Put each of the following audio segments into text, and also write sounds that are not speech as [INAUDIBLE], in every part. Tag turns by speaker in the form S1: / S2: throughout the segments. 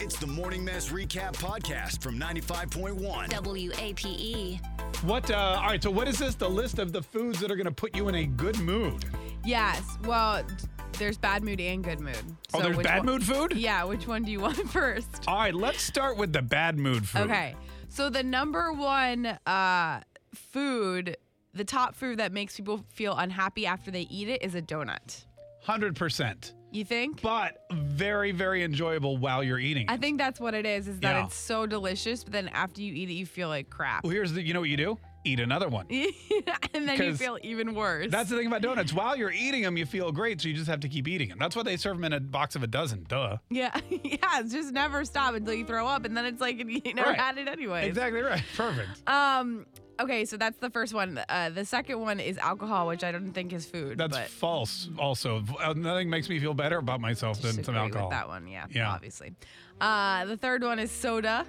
S1: It's the Morning Mess Recap Podcast from 95.1.
S2: WAPE.
S3: What? Uh, all right. So, what is this? The list of the foods that are going to put you in a good mood?
S4: Yes. Well, d- there's bad mood and good mood.
S3: oh, there's
S4: which
S3: bad
S4: one-
S3: mood food.
S4: Yeah. Which one do you want [LAUGHS] first?
S3: All right. Let's start with the bad mood food.
S4: Okay. So the number one uh, food, the top food that makes people feel unhappy after they eat it is a donut.
S3: Hundred percent,
S4: You think?
S3: but very, very enjoyable while you're eating.
S4: I
S3: it.
S4: think that's what it is. Is that
S3: Yeah.
S4: it's so delicious, but then after you eat it, you feel like crap.
S3: Well, here's the. You know what you do? Eat another one.
S4: [LAUGHS] and then you
S3: 'Cause
S4: feel even worse.
S3: That's the thing about donuts. While you're eating them, you feel great, so you just have to keep eating them. That's why they serve them in a box of a dozen. Duh.
S4: [LAUGHS] yeah, [LAUGHS] yeah. It's just never stop until you throw up, and then it's like [LAUGHS] you never
S3: Right.
S4: had it anyway.
S3: Exactly
S4: [LAUGHS]
S3: right. Perfect.
S4: Um. Okay, so that's the first one. Uh, the second one is alcohol, which I don't think is food.
S3: That's
S4: but
S3: false. Also, Uh, nothing makes me feel better about myself than some
S4: disagree
S3: alcohol.
S4: With that one, yeah,
S3: Yeah.
S4: obviously. Uh, the third one is soda,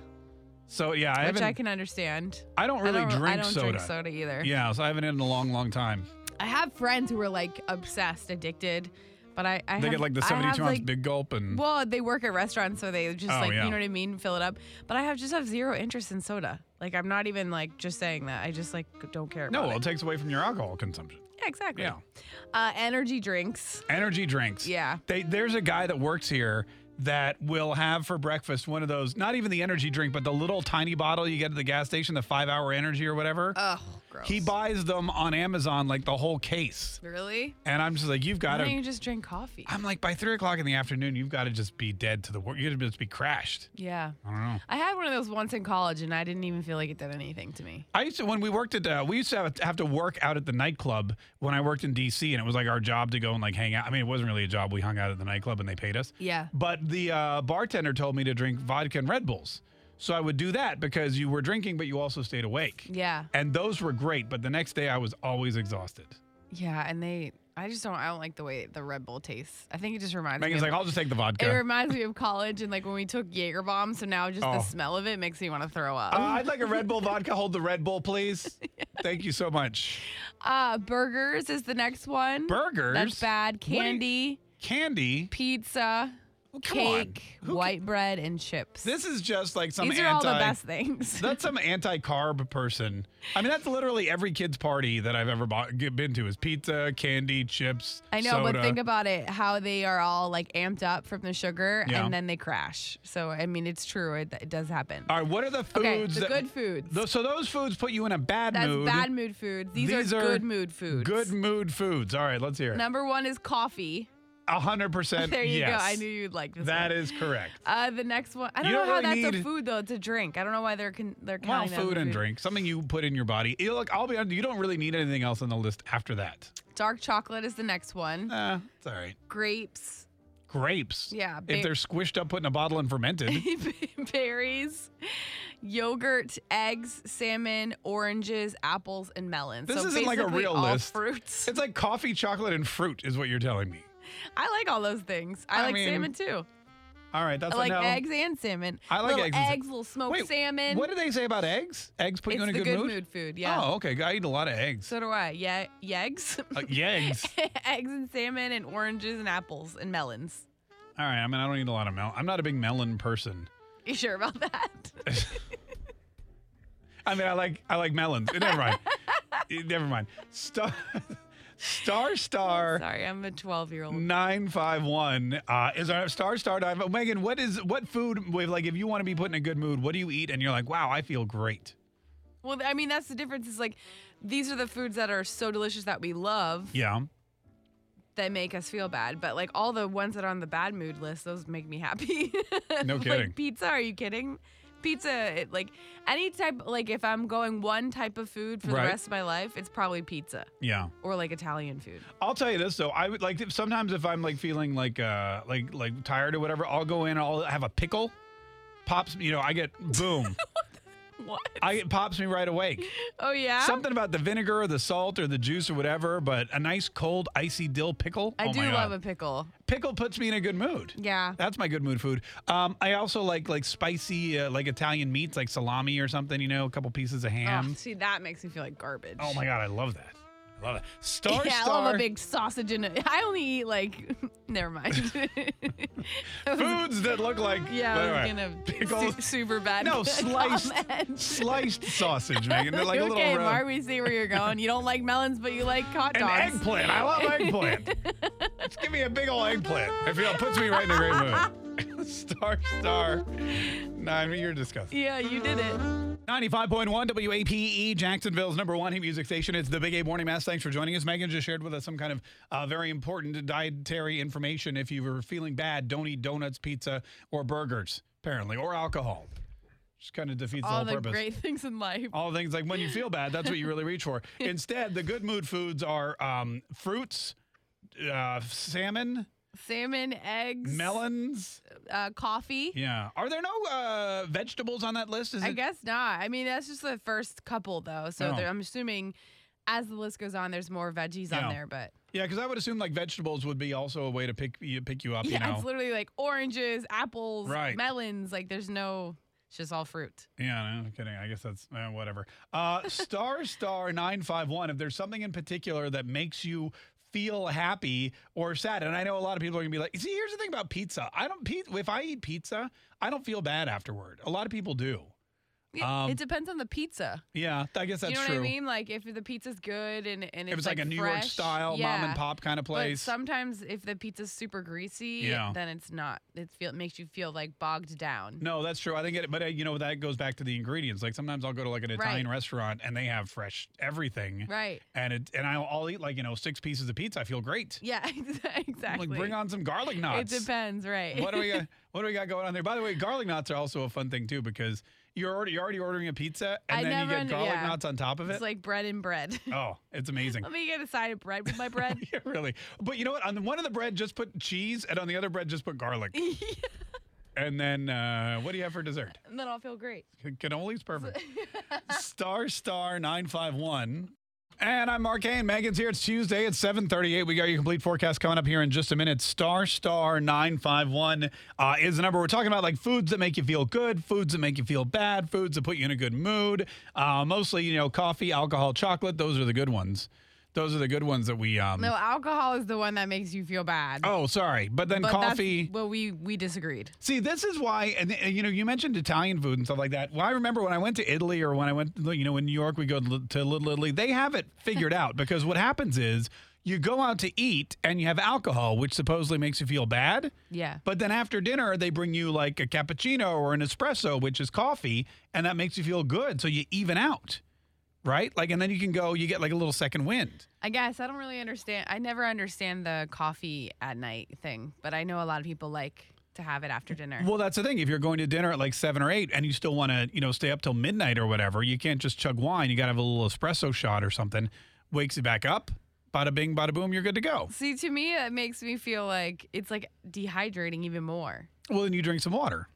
S3: So yeah, I
S4: which
S3: haven't.
S4: I can understand.
S3: I don't really
S4: I don't,
S3: drink
S4: I don't
S3: soda.
S4: drink soda either.
S3: Yeah, so I haven't had it in a long, long time.
S4: I have friends who are like obsessed, addicted, but I, I
S3: They
S4: have,
S3: get like the
S4: I
S3: 72
S4: have,
S3: ounce
S4: like,
S3: big gulp and
S4: [LAUGHS] Well, they work at restaurants, so they just
S3: Oh,
S4: like
S3: yeah.
S4: you know what I mean, fill it up. But I have just have zero interest in soda. Like I'm not even like just saying that. I just like don't care.
S3: no,
S4: about
S3: well, it
S4: it.
S3: takes away from your alcohol consumption.
S4: yeah, exactly.
S3: Yeah.
S4: Uh, energy drinks.
S3: Energy drinks.
S4: Yeah.
S3: They, there's a guy that works here that will have for breakfast one of those, not even the energy drink, but the little tiny bottle you get at the gas station, the five hour energy or whatever.
S4: Oh, gross.
S3: he buys them on Amazon, like the whole case.
S4: Really?
S3: And I'm just like, you've got
S4: Why don't
S3: to.
S4: you just drink coffee?
S3: I'm like, by three o'clock in the afternoon, you've got to just be dead to the world. You're going to just be crashed.
S4: yeah.
S3: I don't know.
S4: I had one of those once in college and I didn't even feel like it did anything to me.
S3: I used to when we worked at uh, we used to have, have to work out at the nightclub when I worked in D.C. and it was like our job to go and like hang out. I mean, it wasn't really a job. We hung out at the nightclub and they paid us.
S4: Yeah.
S3: But the uh, bartender told me to drink vodka and Red Bulls, so I would do that because you were drinking, but you also stayed awake.
S4: Yeah.
S3: And those were great, but the next day I was always exhausted.
S4: Yeah. And they, I just don't, I don't like the way the Red Bull tastes. I think it just reminds
S3: Megan's
S4: me.
S3: like, "Oh,
S4: Of,
S3: I'll just take the vodka.
S4: It reminds me of college and like when we took Jaeger bombs. So now just
S3: Oh.
S4: the smell of it makes me want to throw
S3: Uh,
S4: up.
S3: I'd like a Red
S4: [LAUGHS]
S3: Bull vodka. Hold the Red Bull, please. Thank you so much.
S4: Uh, burgers is the next one.
S3: Burgers.
S4: That's bad.
S3: What do you-
S4: Candy,
S3: Candy.
S4: pizza,
S3: Well, come on.
S4: cake,
S3: Who ca-
S4: white bread, and chips.
S3: This is just like some
S4: These are
S3: anti.
S4: all the best
S3: [LAUGHS]
S4: things.
S3: That's some anti-carb person. I mean, that's literally every kid's party that I've ever bought, get, been to is pizza, candy, chips.
S4: I know,
S3: soda.
S4: but think about it how they are all like amped up from the sugar
S3: Yeah.
S4: and then they crash. So, I mean, it's true. It, it does happen.
S3: All right, what are the foods?
S4: okay, the
S3: that,
S4: good foods.
S3: Tho- so those foods put you in a bad
S4: That's
S3: mood.
S4: bad mood foods. These,
S3: These
S4: are,
S3: are
S4: good mood foods.
S3: Good mood foods. All right, let's hear it.
S4: Number one is coffee. [LAUGHS]
S3: A hundred percent.
S4: There you
S3: yes.
S4: go. I knew you'd like this.
S3: That
S4: one.
S3: is correct.
S4: Uh, the next one. I don't
S3: You
S4: know
S3: don't
S4: how
S3: really
S4: that's
S3: need-
S4: a food though. It's a drink. [LAUGHS] I don't know why they're con- they're
S3: Well,
S4: counting that as
S3: food
S4: a
S3: and drink, something you put in your body. You look, I'll be. honest, You don't really need anything else on the list after that.
S4: Dark chocolate is the next one.
S3: Nah, it's all right.
S4: Grapes.
S3: Grapes.
S4: Yeah.
S3: If
S4: ba-
S3: they're squished up, put in a bottle and fermented.
S4: [LAUGHS] berries, yogurt, eggs, salmon, oranges, apples, and melons.
S3: This
S4: so
S3: isn't like a
S4: basically
S3: real
S4: all
S3: list.
S4: Fruits.
S3: It's like coffee, chocolate, and fruit is what you're telling me.
S4: [LAUGHS] I like all those things. I,
S3: I
S4: like
S3: mean,
S4: salmon too.
S3: All right,
S4: I
S3: that's
S4: like
S3: a no.
S4: eggs and salmon.
S3: I like
S4: little
S3: eggs
S4: eggs,
S3: and sa-
S4: little smoked
S3: Wait,
S4: salmon.
S3: What do they say about eggs? Eggs put
S4: it's
S3: you in a
S4: the
S3: good,
S4: mood? food. Yeah.
S3: Oh, okay. I eat a lot of eggs.
S4: So do I. Yeah, yeggs,
S3: Uh, eggs.
S4: [LAUGHS] eggs and salmon, and oranges and apples and melons.
S3: All right. I mean, I don't eat a lot of melon. I'm not a big melon person.
S4: You sure about that? [LAUGHS]
S3: I mean, I like I like
S4: [LAUGHS]
S3: melons. Never mind. Eh, Never mind. Star star star
S4: Sorry, I'm a 12 year old.
S3: nine five one uh, is our star star dive. Megan, what is what food? with, Like, if you want to be put in a good mood, what do you eat? And you're like, wow, I feel great.
S4: Well, I mean that's the difference. Is like these are the foods that are so delicious that we love.
S3: Yeah.
S4: that make us feel bad, but like all the ones that are on the bad mood list, those make me happy. [LAUGHS]
S3: No kidding.
S4: Like pizza, are you kidding? Pizza, it, like any type, like if I'm going one type of food for
S3: Right.
S4: the rest of my life, it's probably pizza
S3: Yeah.
S4: or like Italian food.
S3: I'll tell you this though, I would like if- sometimes if I'm like feeling like uh like like tired or whatever, I'll go in, I'll have a pickle, pops, you know, I get boom,
S4: What?
S3: I it pops me right awake.
S4: [LAUGHS] oh yeah.
S3: Something about the vinegar or the salt or the juice or whatever, but a nice cold icy dill pickle.
S4: I
S3: oh
S4: do
S3: my
S4: love a
S3: God.
S4: pickle.
S3: pickle. Puts me in a good mood.
S4: Yeah.
S3: That's my good mood food. Um, I also like like spicy uh, like Italian meats like salami or something. You know, a couple pieces of
S4: Oh,
S3: ham.
S4: see, that makes me feel like garbage.
S3: Oh, my god, I love that. Love it. Star
S4: [LAUGHS] yeah,
S3: Star.
S4: I love a big sausage in it. I only eat like, [LAUGHS] never mind. I was-
S3: foods that look like
S4: [LAUGHS] yeah, I was
S3: wait,
S4: gonna
S3: wait. Big old-
S4: [LAUGHS] su- super bad.
S3: no sliced
S4: comment.
S3: sliced sausage, Megan. They're like a
S4: okay,
S3: little round-
S4: Mar, we see where you're going. You don't like melons, but you like hot
S3: an
S4: dogs.
S3: eggplant. I love
S4: [LAUGHS]
S3: eggplant. Just give me a big old eggplant. I feel it puts me right in a great mood. [LAUGHS] star Star. Nah, you're disgusting.
S4: Yeah, you did it.
S3: 95.1 WAPE, E, Jacksonville's number one hit music station. It's the Big A Morning Mass. Thanks for joining us. Megan just shared with us some kind of uh, very important dietary information. If you were feeling bad, don't eat donuts, pizza, or burgers, apparently, or alcohol. Just kind of defeats the
S4: All
S3: whole
S4: the
S3: purpose.
S4: great [LAUGHS] things in life.
S3: All things like when you feel bad, that's what you really reach
S4: [LAUGHS]
S3: for. Instead, the good mood foods are um, fruits, uh, salmon,
S4: Salmon, eggs,
S3: melons.
S4: uh, coffee.
S3: Yeah. Are there no uh, vegetables on that list? Is
S4: I
S3: it-
S4: guess not. I mean, that's just the first couple, though. So
S3: No.
S4: there- I'm assuming as the list goes on, there's more veggies
S3: Yeah.
S4: on there. But
S3: Yeah, because I would assume like vegetables would be also a way to pick you pick you up.
S4: yeah,
S3: you
S4: it's
S3: know.
S4: literally like oranges, apples,
S3: Right.
S4: melons. Like there's no, it's just all fruit.
S3: yeah, no, I'm kidding. I guess that's eh, whatever.
S4: [LAUGHS]
S3: Uh, star star nine five one. If there's something in particular that makes you feel happy or sad, and I know a lot of people are gonna be like, see, here's the thing about pizza. I don't pe- if I eat pizza, I don't feel bad afterward. A lot of people do.
S4: Yeah,
S3: Um,
S4: it depends on the pizza.
S3: Yeah, I guess
S4: Do
S3: that's
S4: you know
S3: true.
S4: what I mean? Like if the pizza's good and and it's
S3: If it's like, a New York
S4: fresh,
S3: style mom
S4: yeah.
S3: and pop kind of place.
S4: But sometimes if the pizza's super greasy,
S3: Yeah.
S4: then it's not. It feel it makes you feel like bogged down.
S3: No, that's true. I think it, but uh, you know that goes back to the ingredients. Like sometimes I'll go to like an Italian restaurant and they have fresh everything,
S4: Right.
S3: and it and I'll, I'll eat like you know six pieces of pizza. I feel great.
S4: Yeah, [LAUGHS] exa-
S3: I'm
S4: exactly.
S3: Like bring on some garlic
S4: It
S3: knots.
S4: depends, right?
S3: what do we got?
S4: [LAUGHS]
S3: What do we got going on there? By the way, garlic knots are also a fun thing too because you're already, you're already ordering a pizza and
S4: I
S3: then
S4: never
S3: you get
S4: under-
S3: garlic
S4: yeah.
S3: knots on top of it.
S4: It's like bread and bread. [LAUGHS]
S3: oh, it's amazing.
S4: Let me get a side of bread with my bread.
S3: [LAUGHS] yeah, really. But you know what? On the- one of the bread, just put cheese, and on the other bread, just put garlic. And then uh, what do you have for dessert?
S4: and then I'll feel great.
S3: C- Cannoli's perfect. star star nine five one. And I'm Mark Kane. Megan's here. It's Tuesday. It's 7:38. We got your complete forecast coming up here in just a minute. Star star nine five one uh, is the number we're talking about. Like foods that make you feel good, foods that make you feel bad, foods that put you in a good mood. Uh, mostly, you know, coffee, alcohol, chocolate. Those are the good ones. Those are the good ones that we. Um,
S4: No, alcohol is the one that makes you feel bad.
S3: Oh, sorry. But then
S4: But that's-
S3: coffee.
S4: well, we we disagreed.
S3: See, this is why, and uh, you know, you mentioned Italian food and stuff like that. Well, I remember when I went to Italy or when I went, you know, in New York, we go to Li- to Little Italy. They have it figured out [LAUGHS] because what happens is you go out to eat and you have alcohol, which supposedly makes you feel bad.
S4: Yeah.
S3: But then after dinner, they bring you like a cappuccino or an espresso, which is coffee, and that makes you feel good. So you even out, right? Like, and then you can go, you get like a little second wind.
S4: I guess I don't really understand. I never understand the coffee at night thing, but I know a lot of people like to have it after dinner.
S3: Well, that's the thing. If you're going to dinner at like seven or eight, and you still want to, you know, stay up till midnight or whatever, you can't just chug wine. You got to have a little espresso shot or something. Wakes you back up. Bada bing, bada boom. You're good to go.
S4: See, to me, that makes me feel like it's like dehydrating even more. [LAUGHS]
S3: Well, then you drink some water.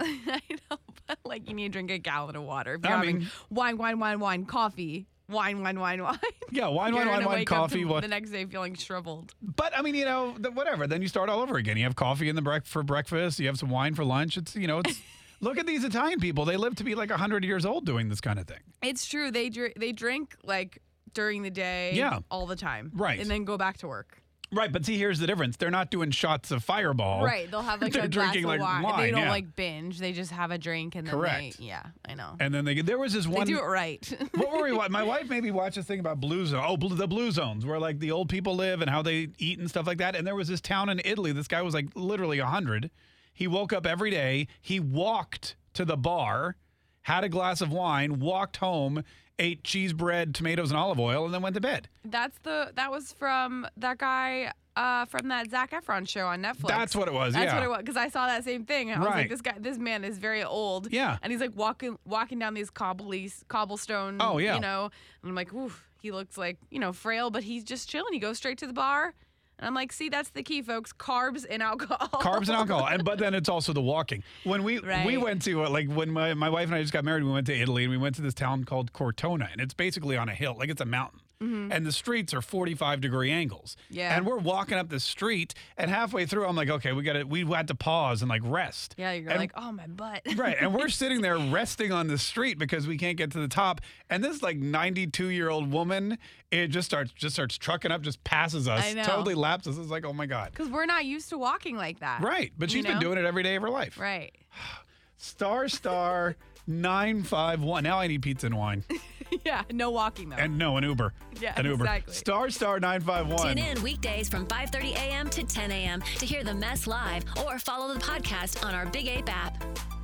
S4: I know, but like you need to drink a gallon of water. If
S3: I
S4: you're having
S3: mean-
S4: wine, wine, wine, wine, coffee, wine, wine, wine, wine. [LAUGHS]
S3: Yeah, wine,
S4: You're
S3: wine, wine,
S4: gonna
S3: wine,
S4: wake up
S3: coffee.
S4: to
S3: What?
S4: The next day, feeling shriveled.
S3: But I mean, you know, th- whatever. Then you start all over again. You have coffee in the break for breakfast. You have some wine for lunch. It's you know, [LAUGHS] it's. Look at these Italian people. They live to be like 100 years old doing this kind of thing.
S4: It's true. They dr- they drink like during the day,
S3: Yeah.
S4: all the time,
S3: Right.
S4: and then go back to work.
S3: Right, but see, here's the difference. They're not doing shots of fireball.
S4: Right, they'll have like
S3: Oh. [LAUGHS] They're
S4: a glass
S3: drinking,
S4: of
S3: like,
S4: wine. They
S3: wine,
S4: don't
S3: yeah.
S4: like binge. They just have a drink and then
S3: Correct.
S4: they yeah, I know.
S3: And then they get, there was this
S4: they
S3: one.
S4: do it right. [LAUGHS]
S3: what were we? wa- My wife made me watch this thing about blue zone. Oh, blue, the blue zones, where like the old people live and how they eat and stuff like that. And there was this town in Italy. This guy was like literally hundred. He woke up every day. He walked to the bar, had a glass of wine, walked home, ate cheese bread, tomatoes, and olive oil, and then went to bed.
S4: That's the that was from that guy uh, from that Zach Efron show on Netflix.
S3: That's what it was,
S4: That's
S3: yeah.
S4: what it was. Because I saw that same thing. And I was
S3: Right.
S4: like, this guy, this man is very old.
S3: Yeah.
S4: And he's like walking walking down these cobbly cobblestone.
S3: Oh, yeah.
S4: You know, and I'm like, oof. He looks like you know frail, but he's just chilling. He goes straight to the bar, and I'm like, see, that's the key, folks. Carbs and alcohol.
S3: Carbs and alcohol, and but then it's also the walking. When we we
S4: Right.
S3: went to uh, like when my, my wife and I just got married, we went to Italy and we went to this town called Cortona, and it's basically on a hill, like it's a mountain. and the streets are 45 degree angles.
S4: Mm-hmm. Yeah.
S3: And we're walking up the street, and halfway through, I'm like, okay, we got to, we had to pause and like rest.
S4: [LAUGHS] Yeah, you're
S3: And-
S4: like, oh my butt.
S3: [LAUGHS]
S4: [LAUGHS]
S3: Right. And we're sitting there resting on the street because we can't get to the top. And this like 92 year old woman, it just starts just starts trucking up, just passes us,
S4: I know.
S3: totally laps us. It's like, oh my God.
S4: Because we're not used to walking like that.
S3: Right. But
S4: You
S3: she's been
S4: know?
S3: doing it every day of her life.
S4: Right. [LAUGHS]
S3: Star Star 951. Now I need pizza and
S4: [LAUGHS]
S3: wine.
S4: yeah. No walking though.
S3: And no, an Uber.
S4: Yeah,
S3: an Uber.
S4: exactly.
S3: Star Star 951.
S2: Tune in weekdays from 5:30 a.m. to 10 a.m. to hear the mess live or follow the podcast on our Big Ape app.